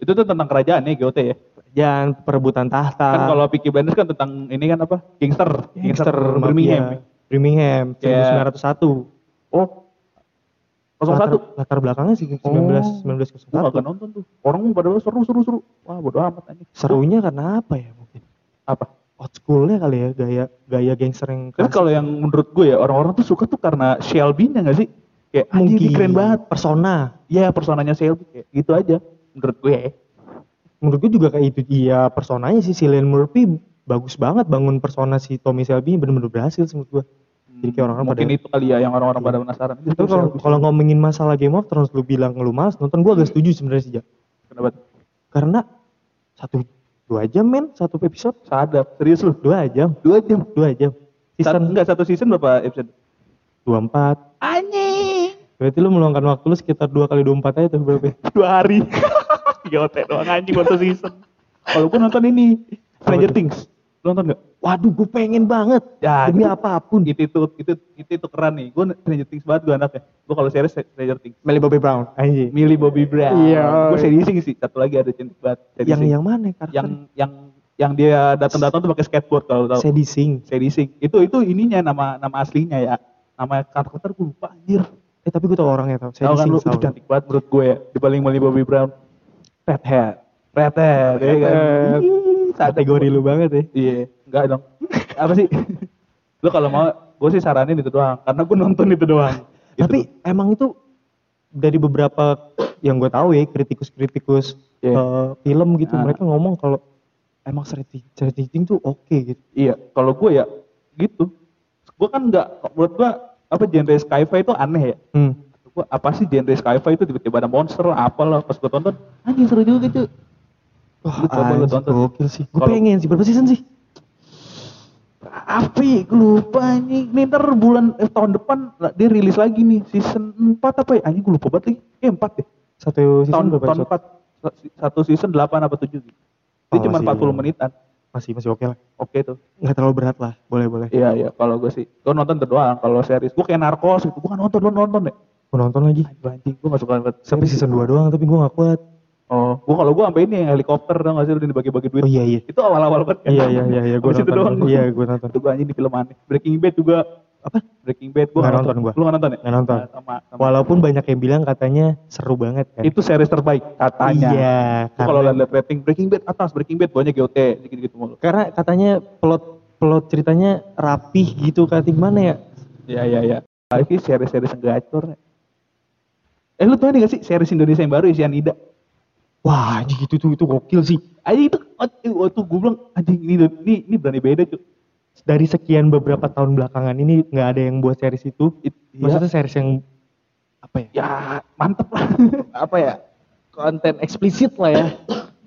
[SPEAKER 2] Itu tuh tentang kerajaan ya GOT ya.
[SPEAKER 1] Jangan perebutan tahta.
[SPEAKER 2] Kan kalau Peaky Blinders kan tentang ini kan apa? Gangster,
[SPEAKER 1] Ah. Gangster
[SPEAKER 2] Birmingham.
[SPEAKER 1] mafia. Iya. Birmingham
[SPEAKER 2] Iya.
[SPEAKER 1] 1901.
[SPEAKER 2] Oh. 01.
[SPEAKER 1] Latar, latar belakangnya
[SPEAKER 2] Oh.
[SPEAKER 1] sih 19
[SPEAKER 2] Gue
[SPEAKER 1] 1901.
[SPEAKER 2] gak nonton tuh. Orang pada seru seru seru. Wah, bodo amat anjing.
[SPEAKER 1] Serunya karena apa ya mungkin?
[SPEAKER 2] Apa?
[SPEAKER 1] Old schoolnya kali ya gaya gaya gangster yang
[SPEAKER 2] Tapi kalau yang menurut gue ya orang-orang tuh suka tuh karena Shelby-nya gak sih? Kayak anjing, ini
[SPEAKER 1] mungkin
[SPEAKER 2] keren banget.
[SPEAKER 1] persona.
[SPEAKER 2] Iya, personanya Shelby kayak gitu aja menurut gue.
[SPEAKER 1] menurut gue juga kayak itu iya personanya sih si Cillian Murphy bagus banget bangun persona si Tommy Shelby bener-bener berhasil sih menurut gue jadi kayak orang-orang
[SPEAKER 2] Hmm, mungkin
[SPEAKER 1] pada
[SPEAKER 2] itu kali ya yang orang-orang pada penasaran Itu
[SPEAKER 1] tapi kalau
[SPEAKER 2] Shelby. Hmm.
[SPEAKER 1] kalau ngomongin masalah Game of Thrones lu bilang lu males nonton gue agak setuju sebenarnya sih Ja.
[SPEAKER 2] kenapa
[SPEAKER 1] karena satu dua jam men satu episode
[SPEAKER 2] sadap serius lu
[SPEAKER 1] dua jam
[SPEAKER 2] dua jam
[SPEAKER 1] dua jam
[SPEAKER 2] satu,
[SPEAKER 1] season
[SPEAKER 2] enggak satu season berapa episode
[SPEAKER 1] dua empat
[SPEAKER 2] anjing
[SPEAKER 1] berarti lu meluangkan waktu lu sekitar dua kali dua empat aja tuh berapa ya?
[SPEAKER 2] dua hari tiga otak doang anjing satu season kalau gue nonton ini Stranger
[SPEAKER 1] tuh?
[SPEAKER 2] Things Lu nonton gak
[SPEAKER 1] waduh gue pengen banget
[SPEAKER 2] Ya,
[SPEAKER 1] demi
[SPEAKER 2] itu-
[SPEAKER 1] apapun
[SPEAKER 2] itu itu itu itu, itu keren nih gue Stranger Things banget gue anaknya gue kalau series Stranger Things
[SPEAKER 1] Millie Bobby Brown anjing
[SPEAKER 2] Millie Bobby Brown
[SPEAKER 1] Iya.
[SPEAKER 2] gue seriusing sih satu lagi ada cantik banget
[SPEAKER 1] yang
[SPEAKER 2] seriusing.
[SPEAKER 1] yang mana karakter
[SPEAKER 2] yang yang yang dia datang-datang tuh pakai skateboard kalau lu tahu
[SPEAKER 1] Sadie Sink
[SPEAKER 2] Sadie Sink. Itu itu ininya nama nama aslinya ya. Nama karakter gue lupa anjir.
[SPEAKER 1] eh tapi gue tau orangnya tau
[SPEAKER 2] Tahu
[SPEAKER 1] Sadie
[SPEAKER 2] kan
[SPEAKER 1] Sink
[SPEAKER 2] lu
[SPEAKER 1] tau.
[SPEAKER 2] lu cantik banget menurut gue ya. Di paling paling Bobby Brown. Red hair. Red hair.
[SPEAKER 1] Iya,
[SPEAKER 2] ya kan?
[SPEAKER 1] Red.
[SPEAKER 2] Ih, sadap
[SPEAKER 1] kategori
[SPEAKER 2] gua.
[SPEAKER 1] lu banget ya
[SPEAKER 2] Iya. Enggak dong. Apa sih? lu kalau mau gue sih saranin itu doang karena gue nonton itu doang. Gitu.
[SPEAKER 1] Tapi emang itu dari beberapa yang gue tahu ya kritikus-kritikus
[SPEAKER 2] Iya.
[SPEAKER 1] eh, film gitu
[SPEAKER 2] Ah.
[SPEAKER 1] mereka ngomong kalau emang strategiting tuh oke gitu.
[SPEAKER 2] iya, kalau gue ya gitu. Gue kan nggak menurut gue apa genre sci-fi itu aneh ya.
[SPEAKER 1] Hmm.
[SPEAKER 2] Gua, apa sih genre sci-fi itu tiba-tiba ada monster apa lah pas gue tonton anjing seru juga cuy
[SPEAKER 1] Wah,
[SPEAKER 2] Lu coba lu
[SPEAKER 1] anjing,
[SPEAKER 2] tonton.
[SPEAKER 1] gokil sih. Gue
[SPEAKER 2] Kalau-
[SPEAKER 1] pengen sih berapa season sih?
[SPEAKER 2] Api, gue ya, lupa anjing. Ini ntar bulan eh, tahun depan lah, dia rilis lagi nih season 4 apa ya? Anjing gue lupa banget lagi. Eh 4 deh.
[SPEAKER 1] Satu season
[SPEAKER 2] Tahun
[SPEAKER 1] berapa
[SPEAKER 2] tahun
[SPEAKER 1] episode?
[SPEAKER 2] 4 satu season 8 apa 7 gitu. Itu
[SPEAKER 1] Oh,
[SPEAKER 2] cuma
[SPEAKER 1] masih-
[SPEAKER 2] 40 menitan.
[SPEAKER 1] Masih masih oke lah.
[SPEAKER 2] Oke tuh.
[SPEAKER 1] Nggak terlalu berat lah. Boleh boleh.
[SPEAKER 2] Iya iya kalau gue sih. Gue nonton tuh doang kalau series. Gue kayak narkos gitu. Gue kan nonton, lu nonton deh.
[SPEAKER 1] Gue nonton lagi.
[SPEAKER 2] Aduh anjing gue gak suka banget.
[SPEAKER 1] Sampai
[SPEAKER 2] series.
[SPEAKER 1] season 2 doang tapi gue gak kuat.
[SPEAKER 2] Oh, gue kalau gue sampai ini yang helikopter tau gak sih lu dibagi-bagi duit.
[SPEAKER 1] Oh iya iya.
[SPEAKER 2] Itu awal-awal banget. kan?
[SPEAKER 1] Iya iya iya iya gue
[SPEAKER 2] Habis itu doang.
[SPEAKER 1] nonton. Iya gue nonton.
[SPEAKER 2] Itu gue anjing di film aneh. Breaking Bad juga
[SPEAKER 1] apa
[SPEAKER 2] Breaking Bad gua
[SPEAKER 1] Nggak nonton gua.
[SPEAKER 2] Lu nggak nonton ya?
[SPEAKER 1] Nggak nonton.
[SPEAKER 2] Nah, sama- sama-
[SPEAKER 1] walaupun banyak yang bilang katanya seru banget kan
[SPEAKER 2] itu series terbaik katanya.
[SPEAKER 1] iya
[SPEAKER 2] Lu Kalau
[SPEAKER 1] karena,
[SPEAKER 2] lihat rating Breaking Bad atas, Breaking Bad banyak GOT gitu-gitu mulu.
[SPEAKER 1] karena katanya plot plot ceritanya rapih gitu kating mana ya
[SPEAKER 2] Iya iya iya. Lagi series-series yang gacor. Eh lu tau nih gak sih series Indonesia yang baru isian Ida?
[SPEAKER 1] wah anjing itu tuh itu gokil sih
[SPEAKER 2] Anjing itu waktu, waktu gue bilang anjing ini ini, ini berani beda cuy.
[SPEAKER 1] dari sekian beberapa tahun belakangan ini nggak ada yang buat series itu
[SPEAKER 2] It-
[SPEAKER 1] maksudnya series yang apa ya
[SPEAKER 2] ya mantep lah. Apa ya?
[SPEAKER 1] konten eksplisit lah ya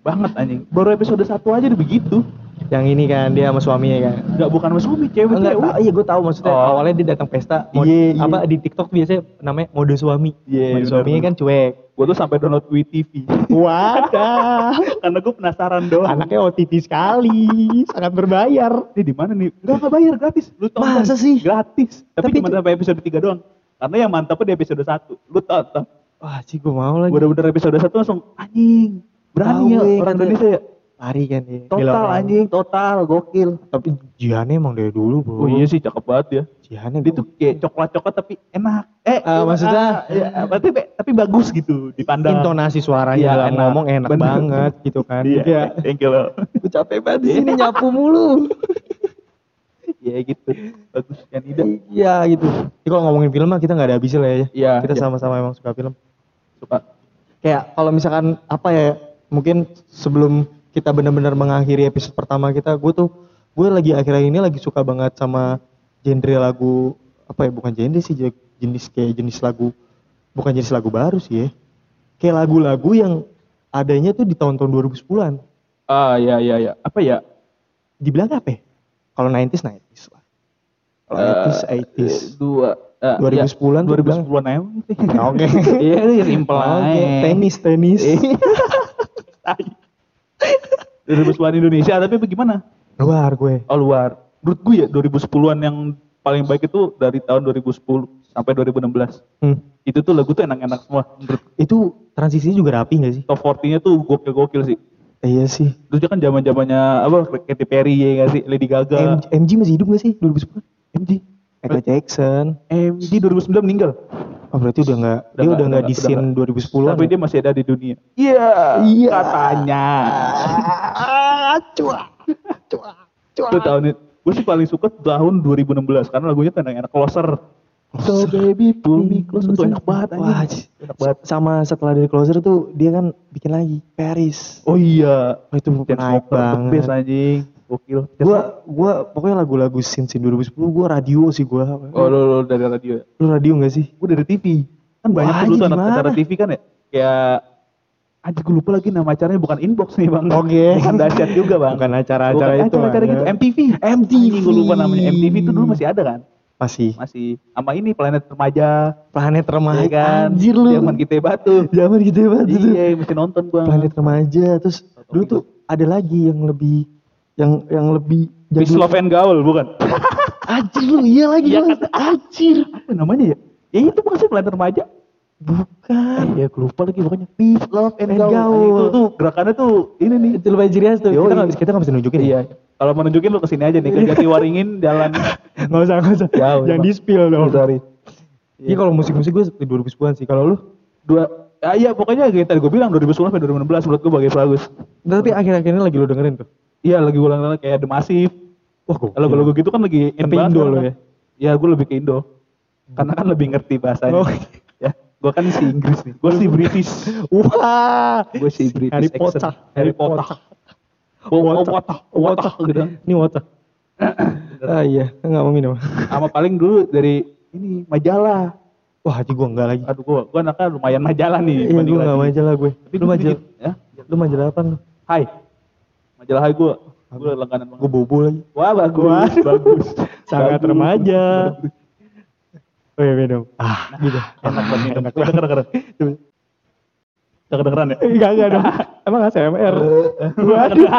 [SPEAKER 2] Banget anjing. Baru episode 1 aja udah begitu.
[SPEAKER 1] yang ini kan dia sama suaminya kan
[SPEAKER 2] Gak bukan sama suami, cewek
[SPEAKER 1] Enggak,
[SPEAKER 2] cewek.
[SPEAKER 1] ah, iya gue tahu maksudnya
[SPEAKER 2] Oh.
[SPEAKER 1] awalnya dia datang pesta mod-
[SPEAKER 2] Iya, iya.
[SPEAKER 1] apa di TikTok biasanya namanya mode suami mode
[SPEAKER 2] Iya, benar,
[SPEAKER 1] suaminya
[SPEAKER 2] benar.
[SPEAKER 1] kan cuek
[SPEAKER 2] Gue tuh sampai download WeTV.
[SPEAKER 1] wadah
[SPEAKER 2] Karena gue penasaran doang.
[SPEAKER 1] anaknya OTT sekali sangat berbayar
[SPEAKER 2] Ini di mana nih? Enggak enggak bayar gratis. Lu tonton.
[SPEAKER 1] Masa sih?
[SPEAKER 2] Gratis. Tapi,
[SPEAKER 1] Tapi
[SPEAKER 2] cuma
[SPEAKER 1] itu-
[SPEAKER 2] sampai episode 3 doang. Karena yang mantapnya di episode 1. Lu tonton.
[SPEAKER 1] wah sih gue mau lagi
[SPEAKER 2] Bener-bener episode 1 langsung anjing. Berani
[SPEAKER 1] Tahu
[SPEAKER 2] ya
[SPEAKER 1] gue,
[SPEAKER 2] orang
[SPEAKER 1] kata-
[SPEAKER 2] Indonesia ya.
[SPEAKER 1] lari kan dia Gila
[SPEAKER 2] Total
[SPEAKER 1] orang.
[SPEAKER 2] anjing, total gokil.
[SPEAKER 1] tapi Jihannya emang dari dulu bro
[SPEAKER 2] Oh iya sih cakep banget ya.
[SPEAKER 1] Jihannya
[SPEAKER 2] Dia tuh kayak coklat-coklat tapi enak. Eh,
[SPEAKER 1] Ah, maksudnya?
[SPEAKER 2] ah, ya, apa, tapi, tapi bagus gitu dipandang.
[SPEAKER 1] intonasi suaranya
[SPEAKER 2] Iya,
[SPEAKER 1] dalam
[SPEAKER 2] enak.
[SPEAKER 1] ngomong enak
[SPEAKER 2] Bener.
[SPEAKER 1] banget gitu kan
[SPEAKER 2] Iya, thank you loh.
[SPEAKER 1] gue capek banget di sini nyapu mulu
[SPEAKER 2] Iya gitu. Bagus kan tidak.
[SPEAKER 1] iya gitu Jadi kalau ngomongin film mah kita nggak ada habisnya lah ya
[SPEAKER 2] Iya,
[SPEAKER 1] kita
[SPEAKER 2] iya.
[SPEAKER 1] sama-sama emang suka film
[SPEAKER 2] Suka.
[SPEAKER 1] kayak kalau misalkan apa ya mungkin sebelum kita benar-benar mengakhiri episode pertama kita gue tuh gue lagi akhir-akhir ini lagi suka banget sama genre lagu apa ya bukan genre sih je- jenis kayak jenis lagu bukan jenis lagu baru sih ya kayak lagu-lagu yang adanya tuh di tahun-tahun 2010-an
[SPEAKER 2] Ah iya iya iya. Apa ya?
[SPEAKER 1] dibilang apa ya? kalau 90s 90s lah kalau 80s 80s
[SPEAKER 2] dua
[SPEAKER 1] 2010-an tuh
[SPEAKER 2] 2010-an aja sih.
[SPEAKER 1] Nah, oke
[SPEAKER 2] Iya, itu simpel
[SPEAKER 1] Oke,
[SPEAKER 2] aja.
[SPEAKER 1] tenis tenis
[SPEAKER 2] Iya. Tai. 2010-an Indonesia tapi bagaimana?
[SPEAKER 1] luar gue
[SPEAKER 2] Oh, luar. Menurut gue ya 2010-an yang paling baik itu dari tahun 2010 sampai 2016.
[SPEAKER 1] Hmm.
[SPEAKER 2] Itu tuh lagu tuh enak-enak semua. Menurut
[SPEAKER 1] itu transisinya juga rapi gak sih
[SPEAKER 2] top 40-nya tuh gokil-gokil sih.
[SPEAKER 1] iya sih
[SPEAKER 2] Terus dia kan zaman-zamannya apa Katy Perry ya nggak sih, Lady
[SPEAKER 1] M-
[SPEAKER 2] Gaga,
[SPEAKER 1] MG masih hidup gak sih 2010?
[SPEAKER 2] MD.
[SPEAKER 1] Michael Jackson.
[SPEAKER 2] MD 2009 meninggal.
[SPEAKER 1] Oh berarti udah nggak
[SPEAKER 2] Udah
[SPEAKER 1] dia
[SPEAKER 2] nggak-
[SPEAKER 1] udah nggak di
[SPEAKER 2] udah
[SPEAKER 1] scene 2010
[SPEAKER 2] Tapi dia masih ada di dunia. Iya,
[SPEAKER 1] Iya.
[SPEAKER 2] katanya. Iya,
[SPEAKER 1] cua cua
[SPEAKER 2] Itu tahun itu. Gue sih paling suka tahun 2016 karena lagunya kan enak closer. So baby pull me closer tuh enak banget anjing.
[SPEAKER 1] Wah, anjing.
[SPEAKER 2] enak banget.
[SPEAKER 1] sama setelah dari closer tuh dia kan bikin lagi Paris.
[SPEAKER 2] Oh iya,
[SPEAKER 1] Wah, itu menarik
[SPEAKER 2] Walker, the best
[SPEAKER 1] banget.
[SPEAKER 2] anjing. Gokil.
[SPEAKER 1] Gua gua pokoknya lagu-lagu scene scene 2010 gua radio sih gua.
[SPEAKER 2] oh lu, lu dari radio ya.
[SPEAKER 1] Lu radio gak sih?
[SPEAKER 2] Gue dari TV. Kan
[SPEAKER 1] Wah,
[SPEAKER 2] banyak tuh dulu
[SPEAKER 1] anjing,
[SPEAKER 2] tuh anak
[SPEAKER 1] gimana?
[SPEAKER 2] acara TV kan ya. Kayak Anjing gue lupa lagi nama acaranya bukan inbox nih bang.
[SPEAKER 1] Oke.
[SPEAKER 2] Bukan dahsyat juga bang.
[SPEAKER 1] Bukan acara-acara itu, Bang.
[SPEAKER 2] acara gitu. MTV.
[SPEAKER 1] MTV.
[SPEAKER 2] Anjing, Gue lupa namanya. MTV itu dulu masih ada kan?
[SPEAKER 1] Masih.
[SPEAKER 2] Masih. Sama ini planet remaja.
[SPEAKER 1] Planet
[SPEAKER 2] Iya
[SPEAKER 1] remaja
[SPEAKER 2] kan?
[SPEAKER 1] Anjir lu.
[SPEAKER 2] Zaman kita batu.
[SPEAKER 1] Zaman gitu ya banget itu.
[SPEAKER 2] Iya, mesti nonton gua.
[SPEAKER 1] Planet remaja terus dulu tuh ada lagi yang lebih yang yang lebih
[SPEAKER 2] Peace,
[SPEAKER 1] jadul.
[SPEAKER 2] Love and Gaul bukan?
[SPEAKER 1] Anjir lu iya lagi
[SPEAKER 2] Iya
[SPEAKER 1] Mas. Anjir.
[SPEAKER 2] Apa namanya ya? Ya itu bukan sih Planet Remaja.
[SPEAKER 1] Bukan.
[SPEAKER 2] ya gue lupa lagi pokoknya. Peace, Love and,
[SPEAKER 1] And
[SPEAKER 2] Gaul.
[SPEAKER 1] Gaul.
[SPEAKER 2] Nah, Itu tuh gerakannya tuh ini nih.
[SPEAKER 1] Itu lupa ciri khas tuh.
[SPEAKER 2] Yoi.
[SPEAKER 1] Kita nggak bisa kita nggak bisa nunjukin. ya?
[SPEAKER 2] Iya. Kalau mau nunjukin lu kesini aja nih ke Jati Waringin jalan
[SPEAKER 1] Nggak usah nggak usah.
[SPEAKER 2] Iya. Jauh,
[SPEAKER 1] Jangan
[SPEAKER 2] Bang.
[SPEAKER 1] di spill dong.
[SPEAKER 2] Sorry.
[SPEAKER 1] Iya kalau musik-musik gue di 2010-an sih. Kalau lu
[SPEAKER 2] Dua Ah, iya pokoknya kayak tadi gue bilang 2010 sampai 2016 menurut gue bagus bagus.
[SPEAKER 1] tapi akhir-akhir ini lagi lu dengerin tuh.
[SPEAKER 2] Iya lagi gue ulang kayak The Massive.
[SPEAKER 1] Wah, gue.
[SPEAKER 2] Kalau lagu gitu kan lagi
[SPEAKER 1] Iya.
[SPEAKER 2] in
[SPEAKER 1] Tapi
[SPEAKER 2] banget
[SPEAKER 1] Indo lo
[SPEAKER 2] sekarang kan.
[SPEAKER 1] ya? Hmm.
[SPEAKER 2] Iya gue lebih ke Indo. Karena kan lebih ngerti bahasanya.
[SPEAKER 1] Oh.
[SPEAKER 2] Ya, gue kan si Inggris nih. Gue si British.
[SPEAKER 1] Wah.
[SPEAKER 2] Gue si
[SPEAKER 1] Harry
[SPEAKER 2] British accent.
[SPEAKER 1] Potter.
[SPEAKER 2] Harry Potter. Oh, oh, Potter. Potter gitu.
[SPEAKER 1] Ini water. ah iya, enggak mau minum.
[SPEAKER 2] Sama paling dulu dari ini majalah.
[SPEAKER 1] Wah, hati gue enggak lagi.
[SPEAKER 2] Aduh gue gue anaknya lumayan majalah nih.
[SPEAKER 1] Iya,
[SPEAKER 2] dibanding
[SPEAKER 1] gue enggak
[SPEAKER 2] lagi.
[SPEAKER 1] majalah gue.
[SPEAKER 2] Tapi
[SPEAKER 1] Lu
[SPEAKER 2] gua
[SPEAKER 1] majalah.
[SPEAKER 2] dikit, Ya.
[SPEAKER 1] Lu majalah apa lu?
[SPEAKER 2] Hai. Majalah Hai gue. Gue langganan banget.
[SPEAKER 1] Gue bobo lagi.
[SPEAKER 2] Wah bagus.
[SPEAKER 1] Wah.
[SPEAKER 2] Bagus.
[SPEAKER 1] Sangat
[SPEAKER 2] Bagus.
[SPEAKER 1] remaja.
[SPEAKER 2] Bagus.
[SPEAKER 1] Oh iya minum. Ah, gitu.
[SPEAKER 2] Enak banget. Enak banget. Kedengeran, kedengeran.
[SPEAKER 1] Coba.
[SPEAKER 2] Kedengeran ya?
[SPEAKER 1] Enggak, enggak dong. Emang ASMR.
[SPEAKER 2] Waduh.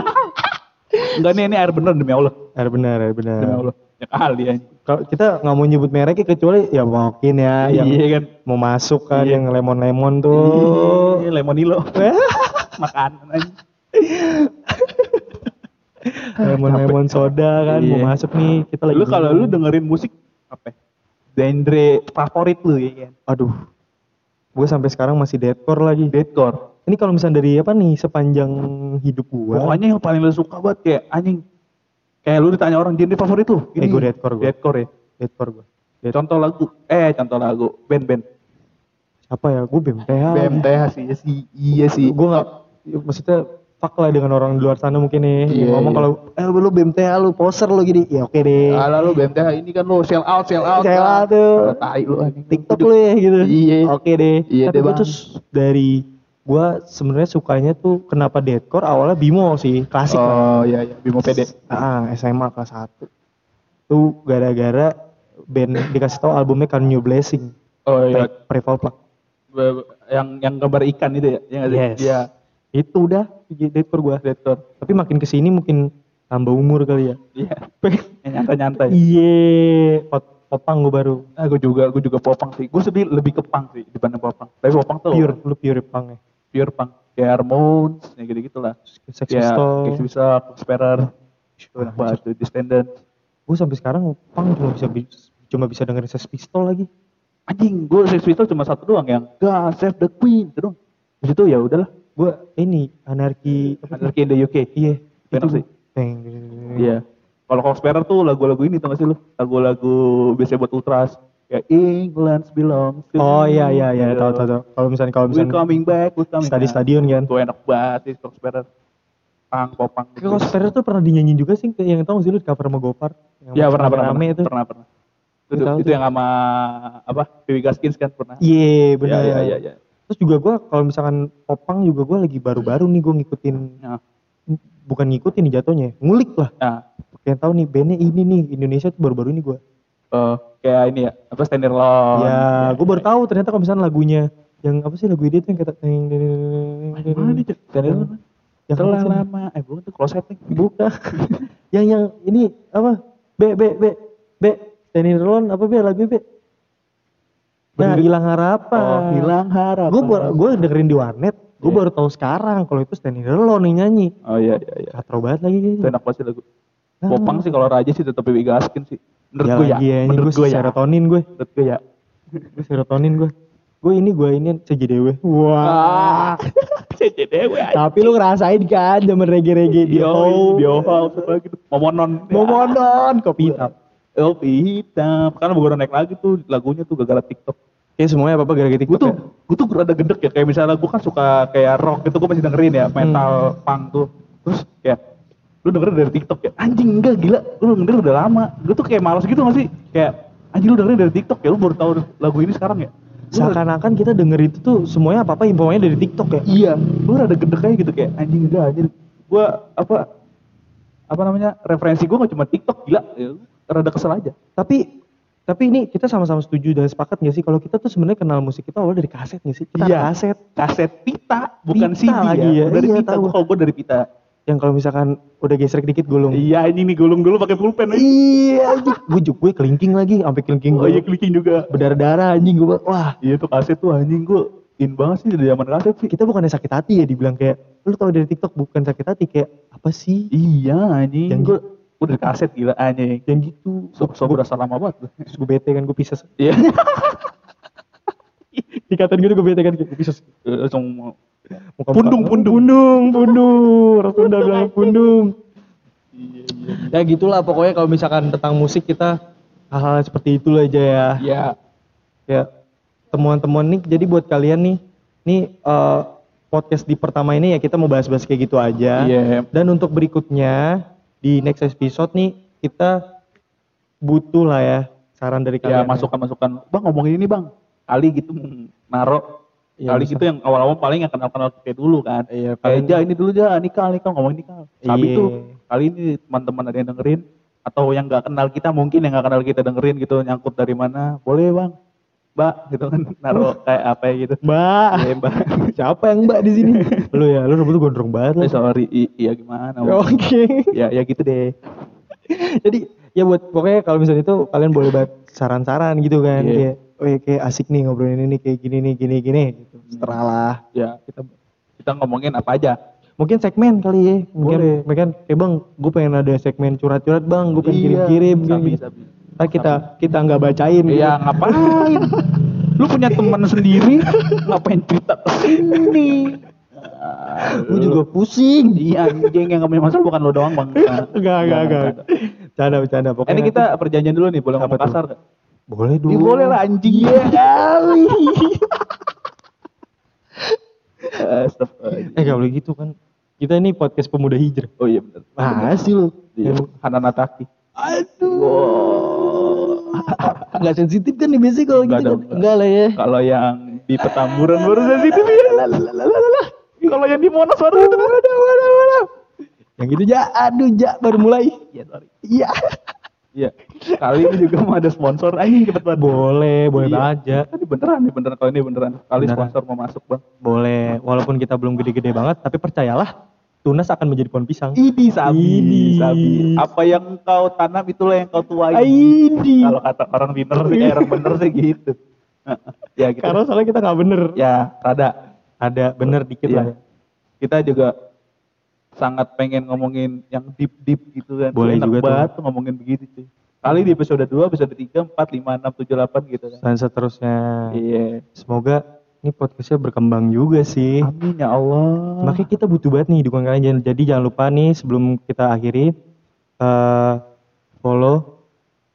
[SPEAKER 2] Enggak nih ini air bener demi Allah.
[SPEAKER 1] Air eh, benar, air benar.
[SPEAKER 2] Demi Allah. Ya kali ya.
[SPEAKER 1] Kalau kita nggak mau nyebut mereknya kecuali ya mungkin ya yang
[SPEAKER 2] Iya kan.
[SPEAKER 1] mau masuk kan
[SPEAKER 2] Iya.
[SPEAKER 1] yang lemon-lemon tuh.
[SPEAKER 2] Iya, lemonilo.
[SPEAKER 1] Eh?
[SPEAKER 2] Makanan aja.
[SPEAKER 1] Lemon-lemon soda kan mau
[SPEAKER 2] Iya.
[SPEAKER 1] kan, masuk nih. Kita lagi
[SPEAKER 2] Lu kalau lu dengerin musik apa? ya? genre favorit lu ya kan?
[SPEAKER 1] Aduh, gue sampai sekarang masih deadcore lagi.
[SPEAKER 2] Deathcore.
[SPEAKER 1] Ini kalau misalnya dari apa nih sepanjang hidup gue.
[SPEAKER 2] Pokoknya yang paling lu suka banget kayak anjing. Kayak lu ditanya orang genre favorit lu.
[SPEAKER 1] Eh, gua deathcore gua.
[SPEAKER 2] Deathcore ya.
[SPEAKER 1] deadcore gue.
[SPEAKER 2] Contoh lagu. Eh, contoh lagu. Band-band.
[SPEAKER 1] Apa ya? Gue BMTH.
[SPEAKER 3] Oh,
[SPEAKER 2] BMTH sih, iya sih. Iya sih.
[SPEAKER 1] Gue nggak. ya, Maksudnya fuck lah dengan orang di luar sana mungkin nih
[SPEAKER 3] Iya,
[SPEAKER 1] ngomong
[SPEAKER 3] iya.
[SPEAKER 1] kalau eh lu BMTH lu poser lu gini ya oke deh
[SPEAKER 3] Ala lu BMTH ini kan lu sell out, sell out.
[SPEAKER 1] Sell
[SPEAKER 3] lah.
[SPEAKER 1] out tuh.
[SPEAKER 3] Ah, Tai lu anjing.
[SPEAKER 1] TikTok lu ya gitu.
[SPEAKER 3] Iya.
[SPEAKER 1] Oke deh.
[SPEAKER 3] Iya
[SPEAKER 1] Tapi
[SPEAKER 3] deh,
[SPEAKER 1] gue
[SPEAKER 3] Bang.
[SPEAKER 1] tuh s- dari gua sebenarnya sukanya tuh kenapa deadcore awalnya Bimo sih, klasik lah.
[SPEAKER 3] Oh iya iya, Bimo PD.
[SPEAKER 1] Ah, SMA kelas 1. Tuh gara-gara band dikasih tahu albumnya Can New Blessing.
[SPEAKER 2] Oh iya.
[SPEAKER 1] Pre- Preval Plug.
[SPEAKER 2] Be- be- Yang yang gambar ikan itu ya. Iya nggak sih?
[SPEAKER 1] Yes.
[SPEAKER 2] Iya.
[SPEAKER 1] Itu udah deadcore gua.
[SPEAKER 2] Deathcore.
[SPEAKER 1] Tapi makin kesini mungkin tambah umur kali ya.
[SPEAKER 2] Iya. Yang nyantai-nyantai.
[SPEAKER 1] Iya, pot- popang gua baru.
[SPEAKER 2] Nah, gue juga, gue juga popang sih. Gue lebih lebih ke punk sih dibanding popang. Tapi popang tuh
[SPEAKER 1] Pure, lu pure punk ya.
[SPEAKER 2] pure punk. Kayak Ramones, ya gitu-gitu lah.
[SPEAKER 1] Sex
[SPEAKER 2] Ya, Sex
[SPEAKER 1] Pistols.
[SPEAKER 2] Pistols, Sparer, apa itu Distended.
[SPEAKER 1] Gue Nah, sampai sekarang punk cuma bisa cuma bisa dengerin Sex Pistol lagi.
[SPEAKER 2] Anjing, gue Sex Pistols cuma satu doang yang God Save the Queen itu doang. Di situ ya udahlah.
[SPEAKER 1] gue ini anarki apa
[SPEAKER 2] Anarchy in the UK.
[SPEAKER 1] sih? iya
[SPEAKER 2] Enak sih.
[SPEAKER 1] peng
[SPEAKER 2] Iya. Kalau Cold Sparer tuh lagu-lagu ini tau gak sih lu? Lagu-lagu biasanya buat ultras. Kayak England belongs to
[SPEAKER 1] oh
[SPEAKER 2] you.
[SPEAKER 1] iya iya iya tahu tahu tahu kalau misalnya kalau
[SPEAKER 2] We're
[SPEAKER 1] misalnya
[SPEAKER 2] coming back, we're coming
[SPEAKER 1] stadi
[SPEAKER 2] back.
[SPEAKER 1] stadion kan
[SPEAKER 2] Tuh enak banget sih Cold Sparer. Pang, popang. gitu.
[SPEAKER 1] kalau Sparer tuh pernah dinyanyiin juga sih yang tau gak sih lu di cover sama Gopar yang
[SPEAKER 2] Ya pernah pernah
[SPEAKER 1] rame
[SPEAKER 2] pernah,
[SPEAKER 1] itu
[SPEAKER 2] pernah pernah. Itu,
[SPEAKER 1] Tahu
[SPEAKER 2] itu
[SPEAKER 1] tuh.
[SPEAKER 2] yang sama apa? Dewi Gaskins kan pernah.
[SPEAKER 1] iya benar
[SPEAKER 2] Iya iya iya.
[SPEAKER 1] terus juga gue kalau misalkan popang juga gue lagi baru-baru nih gue ngikutin
[SPEAKER 2] Nah,
[SPEAKER 1] bukan ngikutin nih jatuhnya ngulik lah
[SPEAKER 2] nah
[SPEAKER 1] yang tahu nih bandnya ini nih Indonesia tuh baru-baru ini gue
[SPEAKER 2] eh, kayak ini ya apa standar law.
[SPEAKER 1] ya gue baru
[SPEAKER 2] iya.
[SPEAKER 1] tahu ternyata kalau misalnya lagunya yang apa sih lagu dia tuh yang kata
[SPEAKER 2] Mana nih standar law?
[SPEAKER 1] Yang apa
[SPEAKER 2] Telah
[SPEAKER 1] sih?
[SPEAKER 2] lama. Eh bukan tuh close setting.
[SPEAKER 1] Buka. yang yang ini apa? B B B B. Danny Rolon apa B lagu B? Nah,
[SPEAKER 2] Berdiri-
[SPEAKER 1] hilang harapan.
[SPEAKER 2] Oh, hilang harapan.
[SPEAKER 1] Gue gue dengerin di warnet, gue
[SPEAKER 2] Iya.
[SPEAKER 1] baru tahu sekarang kalau itu Danny Rolon yang nyanyi.
[SPEAKER 2] Oh iya iya iya.
[SPEAKER 1] Katro banget lagi
[SPEAKER 2] Itu
[SPEAKER 1] kayaknya.
[SPEAKER 2] enak banget sih lagu.
[SPEAKER 1] Ah.
[SPEAKER 2] Popang sih kalau raja sih tetap Dewi Gaskins sih. Menurut
[SPEAKER 1] Ya
[SPEAKER 2] gue ya.
[SPEAKER 1] lagi ya, ini
[SPEAKER 2] Menurut
[SPEAKER 1] gue
[SPEAKER 2] gue ya.
[SPEAKER 1] serotonin gue,
[SPEAKER 2] Menurut gue ya.
[SPEAKER 1] gue serotonin gue. Gue ini gue ini CJDW.
[SPEAKER 2] Ah.
[SPEAKER 1] Wah.
[SPEAKER 2] CCDW aja.
[SPEAKER 1] Tapi lu ngerasain kan zaman reggae-reggae dia.
[SPEAKER 2] Yo, yo, apa gitu. Momonon.
[SPEAKER 3] Oh,
[SPEAKER 1] Mau monon kopi hitam.
[SPEAKER 2] Kopi hitam. Karena baru naik lagi tuh lagunya tuh gara-gara TikTok.
[SPEAKER 1] Ya semuanya apa-apa gara-gara
[SPEAKER 2] Gue
[SPEAKER 1] TikTok
[SPEAKER 2] tuh,
[SPEAKER 1] ya.
[SPEAKER 2] gue tuh rada gedek ya. Kayak misalnya gue kan suka kayak rock itu gue masih dengerin ya. Metal,
[SPEAKER 1] Hmm.
[SPEAKER 2] punk tuh. Terus ya, lu dengerin dari TikTok ya. Anjing enggak gila, lu dengerin udah lama. Gue tuh kayak males gitu gak sih? Kayak anjing lu dengerin dari TikTok ya. Lu baru tahu lagu ini sekarang ya. Gua rada-
[SPEAKER 1] Seakan-akan kita denger itu tuh semuanya apa-apa infonya dari TikTok ya.
[SPEAKER 2] Iya, gue rada gedek aja gitu kayak anjing enggak anjing. Gue apa apa namanya referensi gue gak cuma TikTok gila. Ya, rada kesel aja.
[SPEAKER 1] Tapi tapi ini kita sama-sama setuju dan sepakat gak sih kalau kita tuh sebenarnya kenal musik kita awal dari kaset gak sih? Kita
[SPEAKER 2] Iya.
[SPEAKER 1] ada kaset
[SPEAKER 2] Kaset pita, bukan
[SPEAKER 1] Pita
[SPEAKER 2] CD
[SPEAKER 1] lagi ya.
[SPEAKER 2] ya. Dari
[SPEAKER 1] Iya,
[SPEAKER 2] pita,
[SPEAKER 1] tahu.
[SPEAKER 2] gue gue dari pita.
[SPEAKER 1] yang kalau misalkan udah gesrek dikit gulung.
[SPEAKER 2] Iya, ini nih gulung dulu pakai pulpen. aja.
[SPEAKER 1] Iya, gue gue kelingking lagi sampai kelingking
[SPEAKER 2] Oh iya
[SPEAKER 1] gue.
[SPEAKER 2] clicking juga.
[SPEAKER 1] Berdarah-darah anjing gue. Wah,
[SPEAKER 2] Iya tuh kaset tuh anjing gue in banget sih dari zaman kaset sih.
[SPEAKER 1] kita bukannya sakit hati ya dibilang kayak lu tau dari TikTok bukan sakit hati kayak apa sih?
[SPEAKER 2] Iya anjing.
[SPEAKER 1] Yang
[SPEAKER 2] gue gue dari kaset gila anjing.
[SPEAKER 1] Dan gitu.
[SPEAKER 2] So, so berasa lama banget.
[SPEAKER 1] Terus gue bete kan gue pisah.
[SPEAKER 2] Iya.
[SPEAKER 1] Ikatan gitu gue bete kan gue pisah.
[SPEAKER 2] Langsung mau-
[SPEAKER 1] Muka-muka.
[SPEAKER 2] Pundung, pundung.
[SPEAKER 1] pundung, pundung. Orang Sunda bilang pundung. Ya gitulah pokoknya kalau misalkan tentang musik kita hal-hal seperti itulah aja ya.
[SPEAKER 2] Iya.
[SPEAKER 1] Ya temuan-temuan nih jadi buat kalian nih nih eh, podcast di pertama ini ya kita mau bahas-bahas kayak gitu aja.
[SPEAKER 2] Iya.
[SPEAKER 1] Dan untuk berikutnya di next episode nih kita butuh lah ya saran dari
[SPEAKER 2] Ya
[SPEAKER 1] kalian.
[SPEAKER 2] masukan-masukan. Bang ngomongin ini bang. Kali gitu mm, naro.
[SPEAKER 1] Iya,
[SPEAKER 2] kali
[SPEAKER 1] bisa.
[SPEAKER 2] gitu yang awal-awal paling yang kenal-kenal kita dulu kan.
[SPEAKER 1] Iya,
[SPEAKER 2] Kayak
[SPEAKER 1] paling-
[SPEAKER 2] aja ini dulu aja nikah nikah ngomongin nikah. Tapi
[SPEAKER 1] Iya.
[SPEAKER 2] tuh kali ini teman-teman ada yang dengerin atau yang nggak kenal kita mungkin yang nggak kenal kita dengerin gitu nyangkut dari mana boleh bang mbak gitu kan
[SPEAKER 1] Oh.
[SPEAKER 2] naruh kayak apa ya gitu
[SPEAKER 1] Mbak,
[SPEAKER 2] Iya, mbak
[SPEAKER 1] siapa yang Mbak di sini? lu ya, lu rambut lu gondrong banget lu.
[SPEAKER 2] Eh, sorry I- iya gimana
[SPEAKER 1] Oke.
[SPEAKER 2] Bang? ya ya gitu deh
[SPEAKER 1] jadi ya buat pokoknya kalau misalnya itu kalian boleh buat saran-saran gitu kan
[SPEAKER 2] Iya.
[SPEAKER 1] kayak oh ya, kayak asik nih ngobrolin ini kayak gini nih gini gini gitu setelah lah
[SPEAKER 2] ya kita kita ngomongin apa aja
[SPEAKER 1] mungkin segmen kali ya Eh, mungkin
[SPEAKER 2] Boleh.
[SPEAKER 1] mungkin kayak bang gue pengen ada segmen curhat-curhat bang gue pengen
[SPEAKER 2] Iya,
[SPEAKER 1] kirim-kirim
[SPEAKER 2] sabi,
[SPEAKER 1] gini.
[SPEAKER 2] sabi.
[SPEAKER 1] Ntar kita kita nggak bacain. gitu.
[SPEAKER 2] Iya ngapain? Lu punya teman sendiri, ngapain cerita ke sini?
[SPEAKER 1] Gue juga pusing.
[SPEAKER 2] Iya anjing yang punya masalah bukan lo doang bang.
[SPEAKER 1] Enggak, enggak, enggak. Canda, bercanda. Pokoknya
[SPEAKER 2] Ini
[SPEAKER 1] nanti-
[SPEAKER 2] kita perjanjian dulu nih, boleh
[SPEAKER 1] Apa
[SPEAKER 2] ngomong
[SPEAKER 1] tuh?
[SPEAKER 2] kasar nggak?
[SPEAKER 1] boleh Iya. dulu.
[SPEAKER 2] Ih, boleh lah anjing
[SPEAKER 3] Iya,
[SPEAKER 2] ya
[SPEAKER 3] kan?
[SPEAKER 2] kali. Astagfirullah.
[SPEAKER 1] Eh gak boleh gitu kan. Kita ini podcast pemuda hijrah.
[SPEAKER 2] oh iya benar.
[SPEAKER 1] Nah sih lu.
[SPEAKER 2] Iya.
[SPEAKER 1] Emang-
[SPEAKER 2] Hananataki.
[SPEAKER 1] Aduh. Enggak sensitif kan nih biasanya kalau
[SPEAKER 2] Nggak
[SPEAKER 1] gitu
[SPEAKER 2] ada,
[SPEAKER 1] kan.
[SPEAKER 2] nggak.
[SPEAKER 1] Enggak lah ya.
[SPEAKER 2] Kalau yang di Petamburan baru saja itu dia. Kalau yang di Monas baru itu baru ada, baru ada.
[SPEAKER 1] Yang gitu ja, aduh ja baru mulai.
[SPEAKER 2] Iya, sorry.
[SPEAKER 1] Iya.
[SPEAKER 2] Iya. Kali ini juga mau ada sponsor. Anjing cepet banget.
[SPEAKER 1] Boleh, boleh
[SPEAKER 2] Iya.
[SPEAKER 1] aja.
[SPEAKER 2] Ini beneran nih, beneran kalau ini beneran. Kali
[SPEAKER 1] Beneran.
[SPEAKER 2] sponsor mau masuk, Bang.
[SPEAKER 1] Boleh, walaupun kita belum gede-gede banget, tapi percayalah, tunas akan menjadi pohon pisang.
[SPEAKER 2] Ini sabi,
[SPEAKER 1] Ini.
[SPEAKER 2] sabi. Apa yang kau tanam itulah yang kau tuai.
[SPEAKER 1] Aidi.
[SPEAKER 2] Kalau kata orang bener sih, eh, orang bener sih gitu. ya gitu.
[SPEAKER 1] Karena soalnya kita nggak bener.
[SPEAKER 2] ya rada.
[SPEAKER 1] Ada bener dikit
[SPEAKER 2] Iya.
[SPEAKER 1] lah. ya.
[SPEAKER 2] Kita juga sangat pengen ngomongin yang deep deep gitu kan.
[SPEAKER 1] Boleh
[SPEAKER 2] Enak
[SPEAKER 1] juga tuh.
[SPEAKER 2] banget tuh ngomongin begitu cuy. Kali di episode 2, episode 3, 4, 5, 6, 7, 8 gitu kan.
[SPEAKER 1] Dan seterusnya,
[SPEAKER 2] Iya.
[SPEAKER 1] semoga ini podcastnya berkembang juga sih.
[SPEAKER 2] Amin ya Allah.
[SPEAKER 1] Makanya kita butuh banget nih dukungan kalian. Jadi jangan lupa nih sebelum kita akhiri eh follow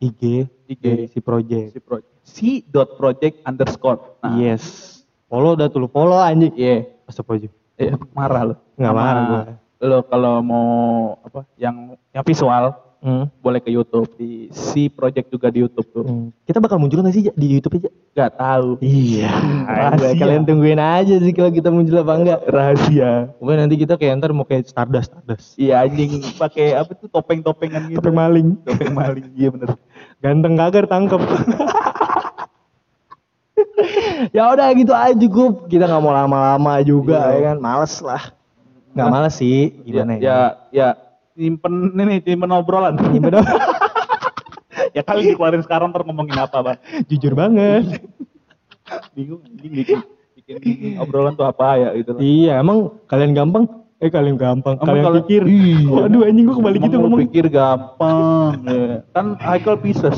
[SPEAKER 1] IG,
[SPEAKER 2] IG.
[SPEAKER 1] dari si
[SPEAKER 2] si
[SPEAKER 1] project.
[SPEAKER 2] project. Si dot project underscore. Nah,
[SPEAKER 1] Iya. Yes. Follow udah tuh lu follow anjing.
[SPEAKER 2] iya.
[SPEAKER 1] Astagfirullah.
[SPEAKER 2] Eh, marah lo.
[SPEAKER 1] Nggak marah gua.
[SPEAKER 2] Lo kalau mau apa yang yang visual
[SPEAKER 1] Hmm.
[SPEAKER 2] boleh ke YouTube di si project juga di YouTube tuh.
[SPEAKER 1] Hmm. Kita bakal muncul nggak sih Ja, di YouTube aja?
[SPEAKER 2] Gak tahu.
[SPEAKER 1] Iya.
[SPEAKER 2] rahasia.
[SPEAKER 1] Kalian tungguin aja sih kalau kita muncul apa enggak.
[SPEAKER 2] Rahasia.
[SPEAKER 1] Mungkin nanti kita kayak ntar mau kayak Stardust, Stardust.
[SPEAKER 2] Iya anjing pakai apa tuh topeng-topengan gitu.
[SPEAKER 1] Topeng maling.
[SPEAKER 2] Topeng maling. Iya bener.
[SPEAKER 1] Ganteng kagak tangkep. ya udah gitu aja cukup. Kita nggak mau lama-lama juga
[SPEAKER 2] Iya.
[SPEAKER 1] ya kan. Males lah. Nggak males sih. Gimana
[SPEAKER 2] ya? Ya, ya nyimpen ini nih, nyimpen obrolan.
[SPEAKER 1] Ini bener.
[SPEAKER 2] ya kali dikeluarin sekarang ntar ngomongin apa, Bang?
[SPEAKER 1] Jujur banget.
[SPEAKER 2] Bingung anjing bikin, bikin obrolan tuh apa ya gitu. loh.
[SPEAKER 1] iya emang kalian gampang. Eh kalian gampang.
[SPEAKER 2] Emang
[SPEAKER 1] kalian
[SPEAKER 2] kalau-
[SPEAKER 1] pikir.
[SPEAKER 2] Iya.
[SPEAKER 1] Waduh anjing gua kebalik gitu
[SPEAKER 2] Emang lu
[SPEAKER 1] ngomong.
[SPEAKER 2] pikir gampang. ya. Kan Michael Pieces.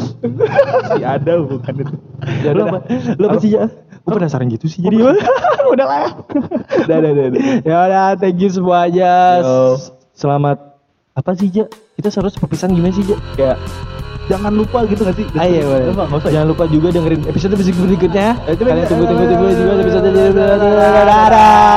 [SPEAKER 2] si ada bukan itu. Ya
[SPEAKER 1] Lo
[SPEAKER 2] udah.
[SPEAKER 1] apa, lo apa sih ya? Gue penasaran gitu sih jadi. udah lah.
[SPEAKER 2] Udah, udah, udah, udah.
[SPEAKER 1] Ya udah thank you semuanya.
[SPEAKER 2] Yo.
[SPEAKER 1] Selamat apa sih Ja? Kita seharusnya perpisahan gimana sih Ja?
[SPEAKER 2] Kayak jangan lupa gitu gak sih?
[SPEAKER 1] Ah, iya, boleh.
[SPEAKER 2] Lupa, nggak usah. ya.
[SPEAKER 1] Jangan lupa juga dengerin episode episode berikutnya.
[SPEAKER 2] Eh, coba-
[SPEAKER 1] Kalian tunggu tunggu tunggu juga episode
[SPEAKER 2] Dadah.
[SPEAKER 1] berikutnya.